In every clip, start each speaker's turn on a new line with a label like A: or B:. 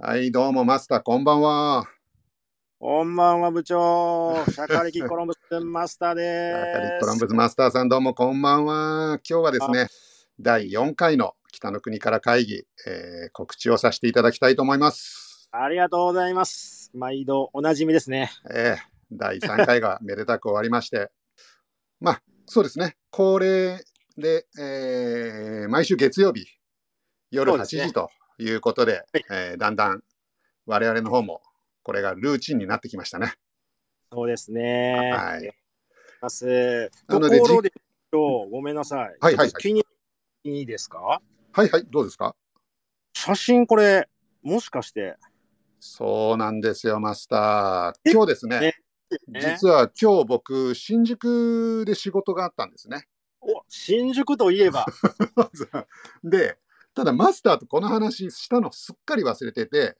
A: はい、どうも、マスター、こんばんは。
B: こんばんは 部長、シャカリキコロンブスマスタ
A: カ
B: ー
A: リ
B: で
A: コロン
B: す。
A: ブスマスターさん、どうも、こんばんは。今日はですね、第4回の北の国から会議、えー告知をさせていただきたいと思います。
B: ありがとうございます。毎度おなじみですね。
A: えー第3回がめでたく終わりまして、 まあ、そうですね、恒例で、えー毎週月曜日、夜
B: そう
A: 8
B: です
A: 時
B: ね
A: ということで、
B: はい
A: えーだんだん我々の方も、これがルーチンになってきましたね。
B: そうですね。
A: はい
B: ありがとうございます。
A: な
B: と
A: ので
B: ころで、今日ごめんなさい。
A: はいはい
B: ちょっと気にいいですか
A: はいはい、どうですか
B: 写真これ、もしかして、
A: そうなんですよ、マスター。今日ですね
B: ね、ね、
A: 実は今日僕、新宿で仕事があったんですね。
B: お新宿といえば、
A: で、ただマスターとこの話したのすっかり忘れてて、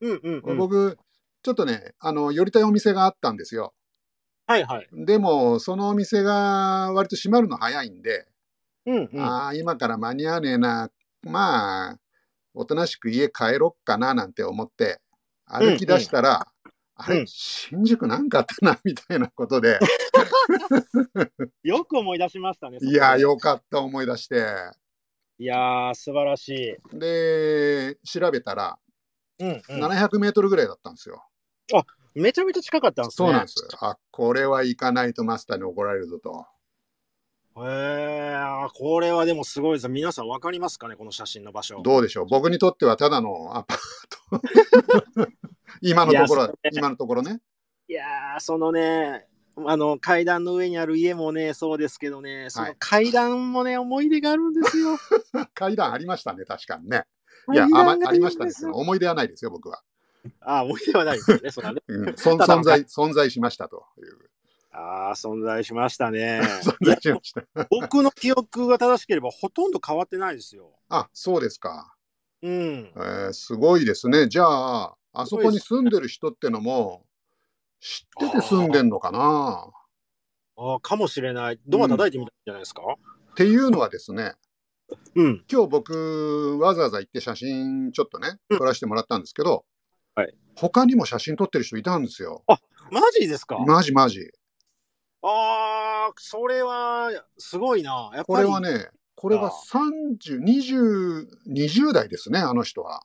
B: うんうん、うん。
A: 僕、ちょっとね、あの、寄りたいお店があったんですよ。
B: はいはい。
A: でも、そのお店が割と閉まるの早いんで、
B: うんうん。
A: ああ、今から間に合わねえな、まあ、おとなしく家帰ろっかななんて思って、歩き出したら、あ
B: う
A: れ
B: ん、
A: 新宿なんかあったな、みたいなこと で、
B: よく思い出しましたね。
A: いやー、
B: よ。
A: よかった、思い出して。
B: いやー、素晴らしい。
A: で、調べたら、
B: うん、うん。
A: 700メートルぐらいだったんですよ。
B: めちゃめちゃ近かったんですね。
A: そうなんです。あ、これは行かないとマスターに怒られるぞと。
B: へえこれはでもすごいです。皆さんわかりますかね、この写真の場所。
A: どうでしょう僕にとってはただのアパート。 今のとこ
B: いや
A: ろ
B: そ、れ
A: 今のところね。
B: いやー、そのね、あの階段の上にある家もね、そうですけどね、その階段もね、思い出があるんですよ。
A: 階段ありましたね、確かにね。い
B: 階
A: や、あ
B: 段
A: ま
B: が
A: あ
B: る
A: り
B: ん
A: ましたね。
B: ですよ
A: 思い出はないですよ、僕は。
B: あー、思い出はないですよね、そらね。
A: うん、そん
B: ただ
A: 存
B: の
A: 在、存在しましたという。
B: ああ、存在しまし たね。
A: 存在しました。
B: 僕の記憶が正しければ、ほとんど変わってないですよ。
A: あ、そうですか。
B: うん
A: え。ーすごいですね。じゃあ、あそこに住んでる人ってのも、知ってて住んでんのかな
B: あーかもしれない。ドア叩いてみたんじゃないですか。
A: っていうのはですね、
B: うん。
A: 今日僕わざわざ行って写真ちょっとね
B: うん
A: 撮らせてもらったんですけど、
B: はい
A: 他にも写真撮ってる人いたんですよ
B: マジですか
A: マジマジ
B: ああ、それは、すごいな。やっぱり
A: これはねこれが
B: あ
A: 3020代ですねあの人は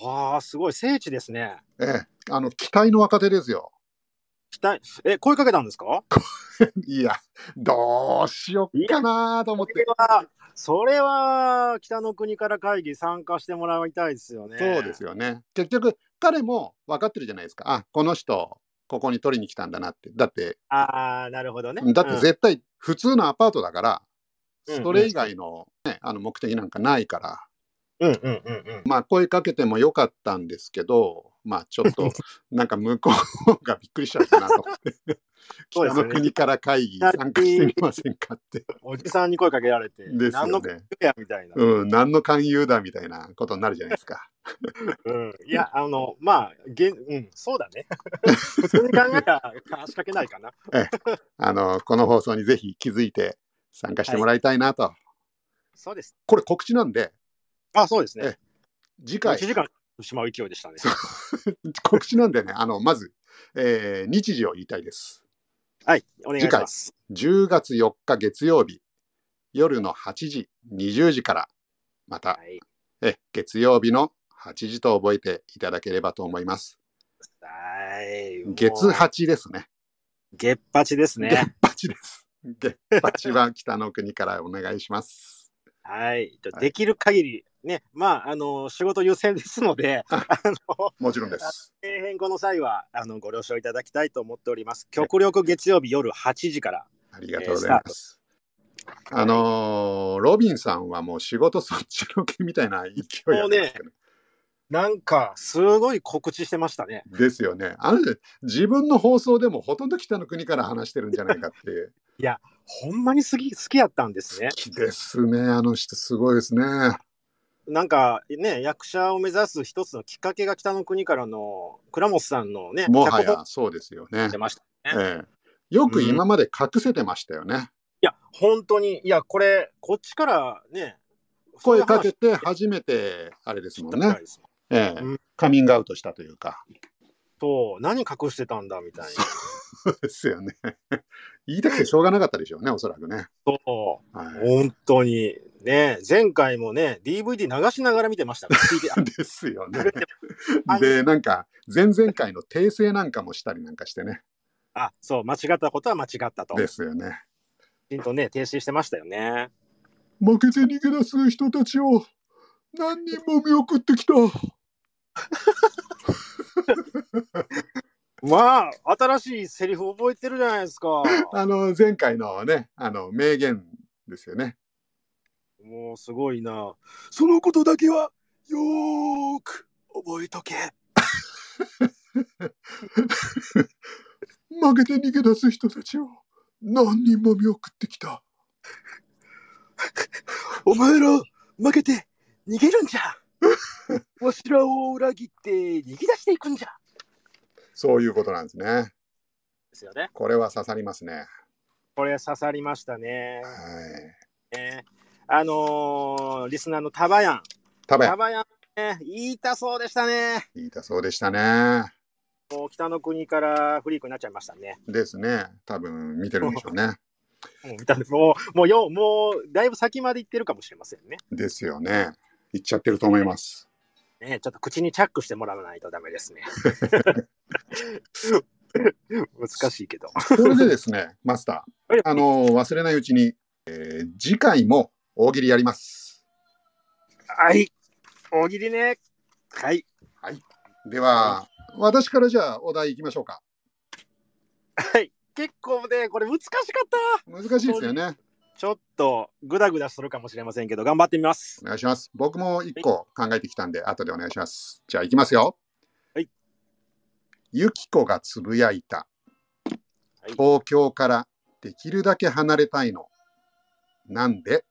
B: ああ、すごい、聖地ですね。
A: ええあの期待の若手ですよ
B: 期待、え、声かけたんですか
A: いやどうしよっかなと思っ
B: それ
A: て
B: は、それは、北の国から会議参加してもらいたいですよね。
A: そうですよね結局彼も分かってるじゃないですかあこの人ここに撮りに来たんだなってだって
B: ああ、なるほどね。
A: だって絶対普通のアパートだから、
B: うん
A: それ以外の,、ね、あの目的なんかないから、
B: うん、うん、うんうん、うん。
A: まあ声かけてもよかったんですけど、まあちょっ となんか向こうがびっくりしちゃったなと思って、
B: そうで
A: 北
B: すよ
A: の
B: ね
A: 国から会議参加してみませんかっ て。
B: おじさんに声かけられて、
A: です
B: 何
A: よ
B: の声
A: ね。
B: やみたいな。
A: うん、何の勧誘だみたいなことになるじゃないです か。
B: うん。いや、あの、まあ、げんうん、そうだ ね。普通に考えたら、話しかけないかな。
A: あの、この放送にぜひ気づいて参加してもらいたいなと。
B: そうです。
A: これ告知なんで、
B: あ、そうですね。
A: 次
B: 1
A: 回、
B: 時間しまう勢いでしたね。
A: 告知なん でね、あの、まず、えー日時を言いたいです。
B: はい、お願いします。
A: 10月4日月曜日夜の8時20時からまた
B: はい。
A: え月曜日の8時と覚えていただければと思います
B: はい。もう
A: 月。8ですね
B: 月八ですね。
A: 月8です月8は北の国からお願いします
B: はい、
A: はい
B: できる限り、ね、まあ、あの、仕事優先です ので、あの、
A: もちろん です
B: えー変更の際は、あの、ご了承いただきたいと思っております。極力月曜日夜8時から。
A: ありがとうございますあ
B: はい、
A: のーロビンさんはもう仕事そっちのけみたいな勢いなんですけど
B: なんか、すごい告知してましたね。
A: ですよね。あの人自分の放送でもほとんど北の国から話してるんじゃないかっていう。
B: ほんまに好き、好きやったんですね
A: 好。きですね。あの人すごいですね。
B: なんか、ね、役者を目指す一つのきっかけが北の国からの、倉本さんのね、
A: もは
B: 脚
A: や
B: 本
A: そうですよね
B: 出。ました。
A: ええ、よく今まで隠せてましたよね。
B: いや、本当に、いや、これ、こっちからね、
A: 声かけ
B: て
A: て初めてあれですもんね。ええ
B: うん
A: カミングアウトしたというか。
B: そう、何隠してたんだみたいな。
A: そうですよね。言いたくてしょうがなかったでしょうね、おそらくね。
B: そう。
A: はい、
B: 本当に。ね、前回もね、DVD 流しながら見てましたから。聞いて
A: ですよね。
B: あ
A: で、なんか、前々回の訂正なんかもしたりなんかしてね。
B: あ、そう、間違ったことは間違ったと。き
A: ですよね。
B: ちんとね、停止してましたよね。
A: 負けて逃げ出す人たちを何人も見送ってきた。
B: まあ、新しいセリフ覚えてるじゃないです か。
A: あの、前回のね、あの、名言ですよね。
B: もうすごいな。そのことだけは、よーく覚えとけ。
A: 負けて逃げ出す人たちを何人も見送ってきた。
B: お前ら、負けて、逃げるんじゃ。 わしらを裏切って、逃げ出していくんじゃ。
A: そういうことなんですね。
B: ですよね。
A: これは刺さりますね。
B: これ刺さりましたね。
A: はい。
B: ねあのーリスナーのタバヤン。
A: 食べ
B: タ、バヤン、ね、言いたそうでしたね。
A: 言いたそうでしたね。
B: もう北の国からフリークになっちゃいましたね。
A: ですね。多分見てるんでしょうね。
B: もう見たんですもう、もうよ、もう、だいぶ先まで行ってるかもしれませんね。
A: ですよね。言っちゃってると思います。
B: ねちょっと口にチャックしてもらわないとダメですね。難しいけど。
A: それでですね、マスター、あの忘れないうちに、えー次回も大喜利やります。
B: はい。大喜利ね。はい。
A: では、私からじゃあお題いきましょうか。
B: はい。結構ね、これ難しかった。
A: 難しいですよね。
B: ちょっと、グダグダするかもしれませんけど、頑張ってみます。
A: お願いします。僕も一個考えてきたんで、後でお願いします。じゃあ、いきますよ。
B: はい。
A: ゆきこがつぶやいた。
B: はい
A: 東京からできるだけ離れたいの。なんで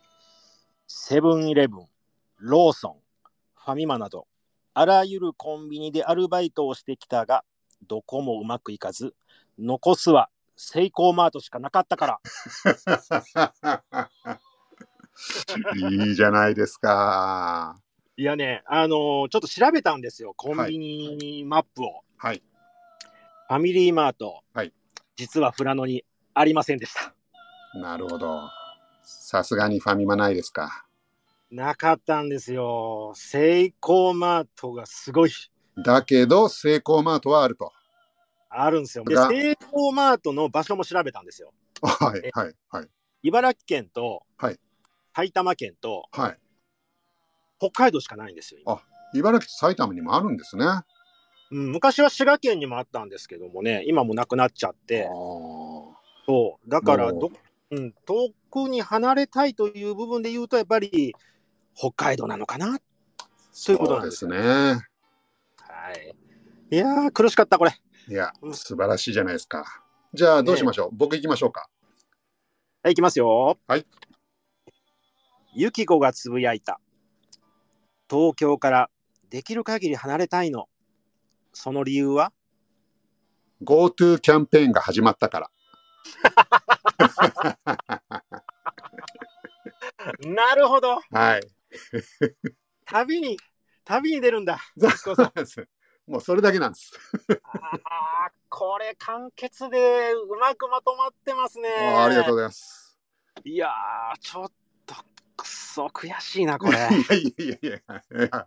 B: セブンイレブン、ローソン、ファミマなど、あらゆるコンビニでアルバイトをしてきたが、どこもうまくいかず、残すはセイコーマートしかなかったから。
A: いいじゃないですか。
B: いやね、あのーちょっと調べたんですよ、コンビニマップを。
A: はい。
B: ファミリーマート、
A: はい
B: 実は富良野にありませんでした。
A: なるほど。さすがにファミマないですか。
B: なかったんですよ。セイコーマートがすごい。
A: だけど、セイコーマートはあると。
B: あるんですよ。で、
A: が
B: セイコーマートの場所も調べたんですよ。
A: はい
B: え、
A: はい、はい、
B: 茨城県と、
A: はい
B: 埼玉県と、
A: は
B: 北海道しかないんですよ、今
A: あい。茨城と埼玉にもあるんですね。あ
B: うん。昔は滋賀県にもあったんですけどもね、今もうなくなっちゃっ
A: ー
B: て、そうだから
A: もう
B: ど、うん、遠くに離れたいという部分で言うと、やっぱり北海道なのかな。そういうことなんです
A: そうですね。
B: はい、いやー、苦しかった、これ。
A: いや
B: う、ん
A: 素晴らしいじゃないですか。じゃあ、どうしましょう、僕行きましょうか。
B: はい、いきますよ。
A: はい。
B: ゆきこがつぶやいた。東京からできる限り離れたいの。その理由 は
A: GoTo キャンペーンが始まったから。
B: なるほど
A: はい。
B: 旅に、旅に出るんだ。
A: そうです。もうそれだけなんです。
B: あーこれ簡潔でうまくまとまってますね。
A: ありがとうございます。
B: いやー、ちょっとくそ悔しいな、これ。
A: いやいやいやいやいや。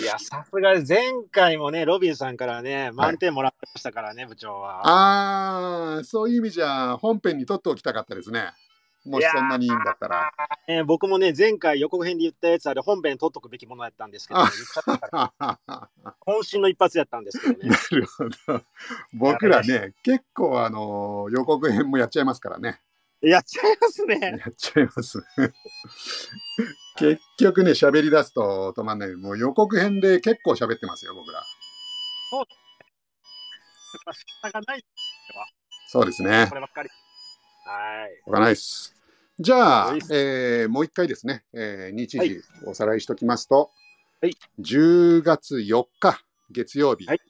B: いや、さすがに前回もね、ロビンさんからね、満点もらってましたからね、部長は。
A: ああ、そういう意味じゃ本編に撮っておきたかったですね。もしそんなにいいんだったら。
B: ね僕もね、前回予告編で言ったやつあれ、本編取っとくべきものやったんですけど、
A: あ
B: 言っちゃったから
A: な
B: 渾身の一発やったんですけどね。
A: るほど。僕らね、結構あの予告編もやっ ちゃいますからね。
B: やっちゃいます
A: や
B: ね。
A: っちゃい ます。結局ね、喋り出すと止まんない。もう予告編で結構喋ってますよ、僕ら。
B: まあ仕方がない、
A: そうですね
B: こ。ればっかり。はい。
A: わかんないです。じゃあ
B: はい、
A: えーもう一回ですね、えー日
B: は
A: 時
B: い
A: おさらいしときますと、
B: はい
A: 10月4日月曜日、
B: はい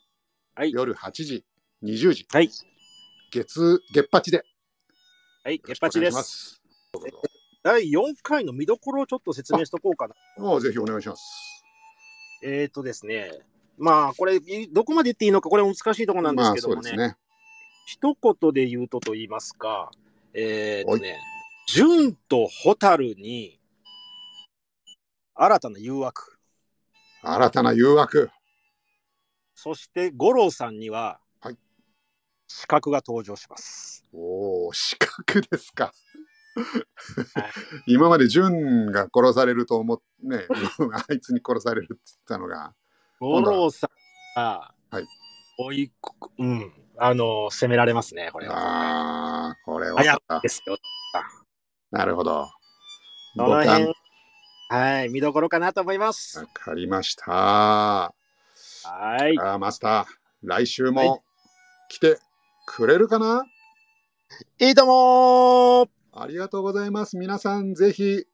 B: はい
A: 夜8時、20時、
B: はい。
A: 月、月八で。
B: はい、ゲッパチで
A: よろ
B: す。
A: しく
B: 第4回の見どころをちょっと説明しとこうかな。
A: お願いします。もうぜひお願いします。
B: えっ、とですね、まあ、これ、どこまで言っていいのか、これ難しいところなんで
A: ますあ
B: けど
A: そう
B: も
A: です
B: ね、
A: ね。
B: 一言で言うとと言いますか、えっ、とね、純と蛍に新たな誘惑、
A: 新たな誘惑。
B: そして五郎さんには、
A: はい
B: 資格が登場します。
A: おお、資格ですか
B: はい。
A: 今まで純が殺されると思って、ね、 あいつに殺されるって言ったのが、
B: 五郎さんが、
A: はい
B: 追いこ、うん、あの、責められますね、これは。
A: ああ、これ
B: あや
A: は。
B: ですよ。
A: なるほど。
B: そ
A: 五
B: の
A: 感
B: 辺、はい、見どころかなと思います
A: わ。かりました。
B: はい。
A: あーマスター、来週
B: は
A: も来てくれるかな、
B: いいともー
A: ありがとうございます。皆さん、ぜひ、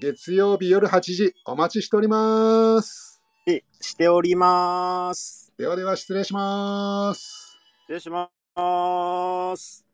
A: 月曜日夜8時、お待ちしております。
B: えしております。
A: ではでは、失礼します。
B: 失礼します。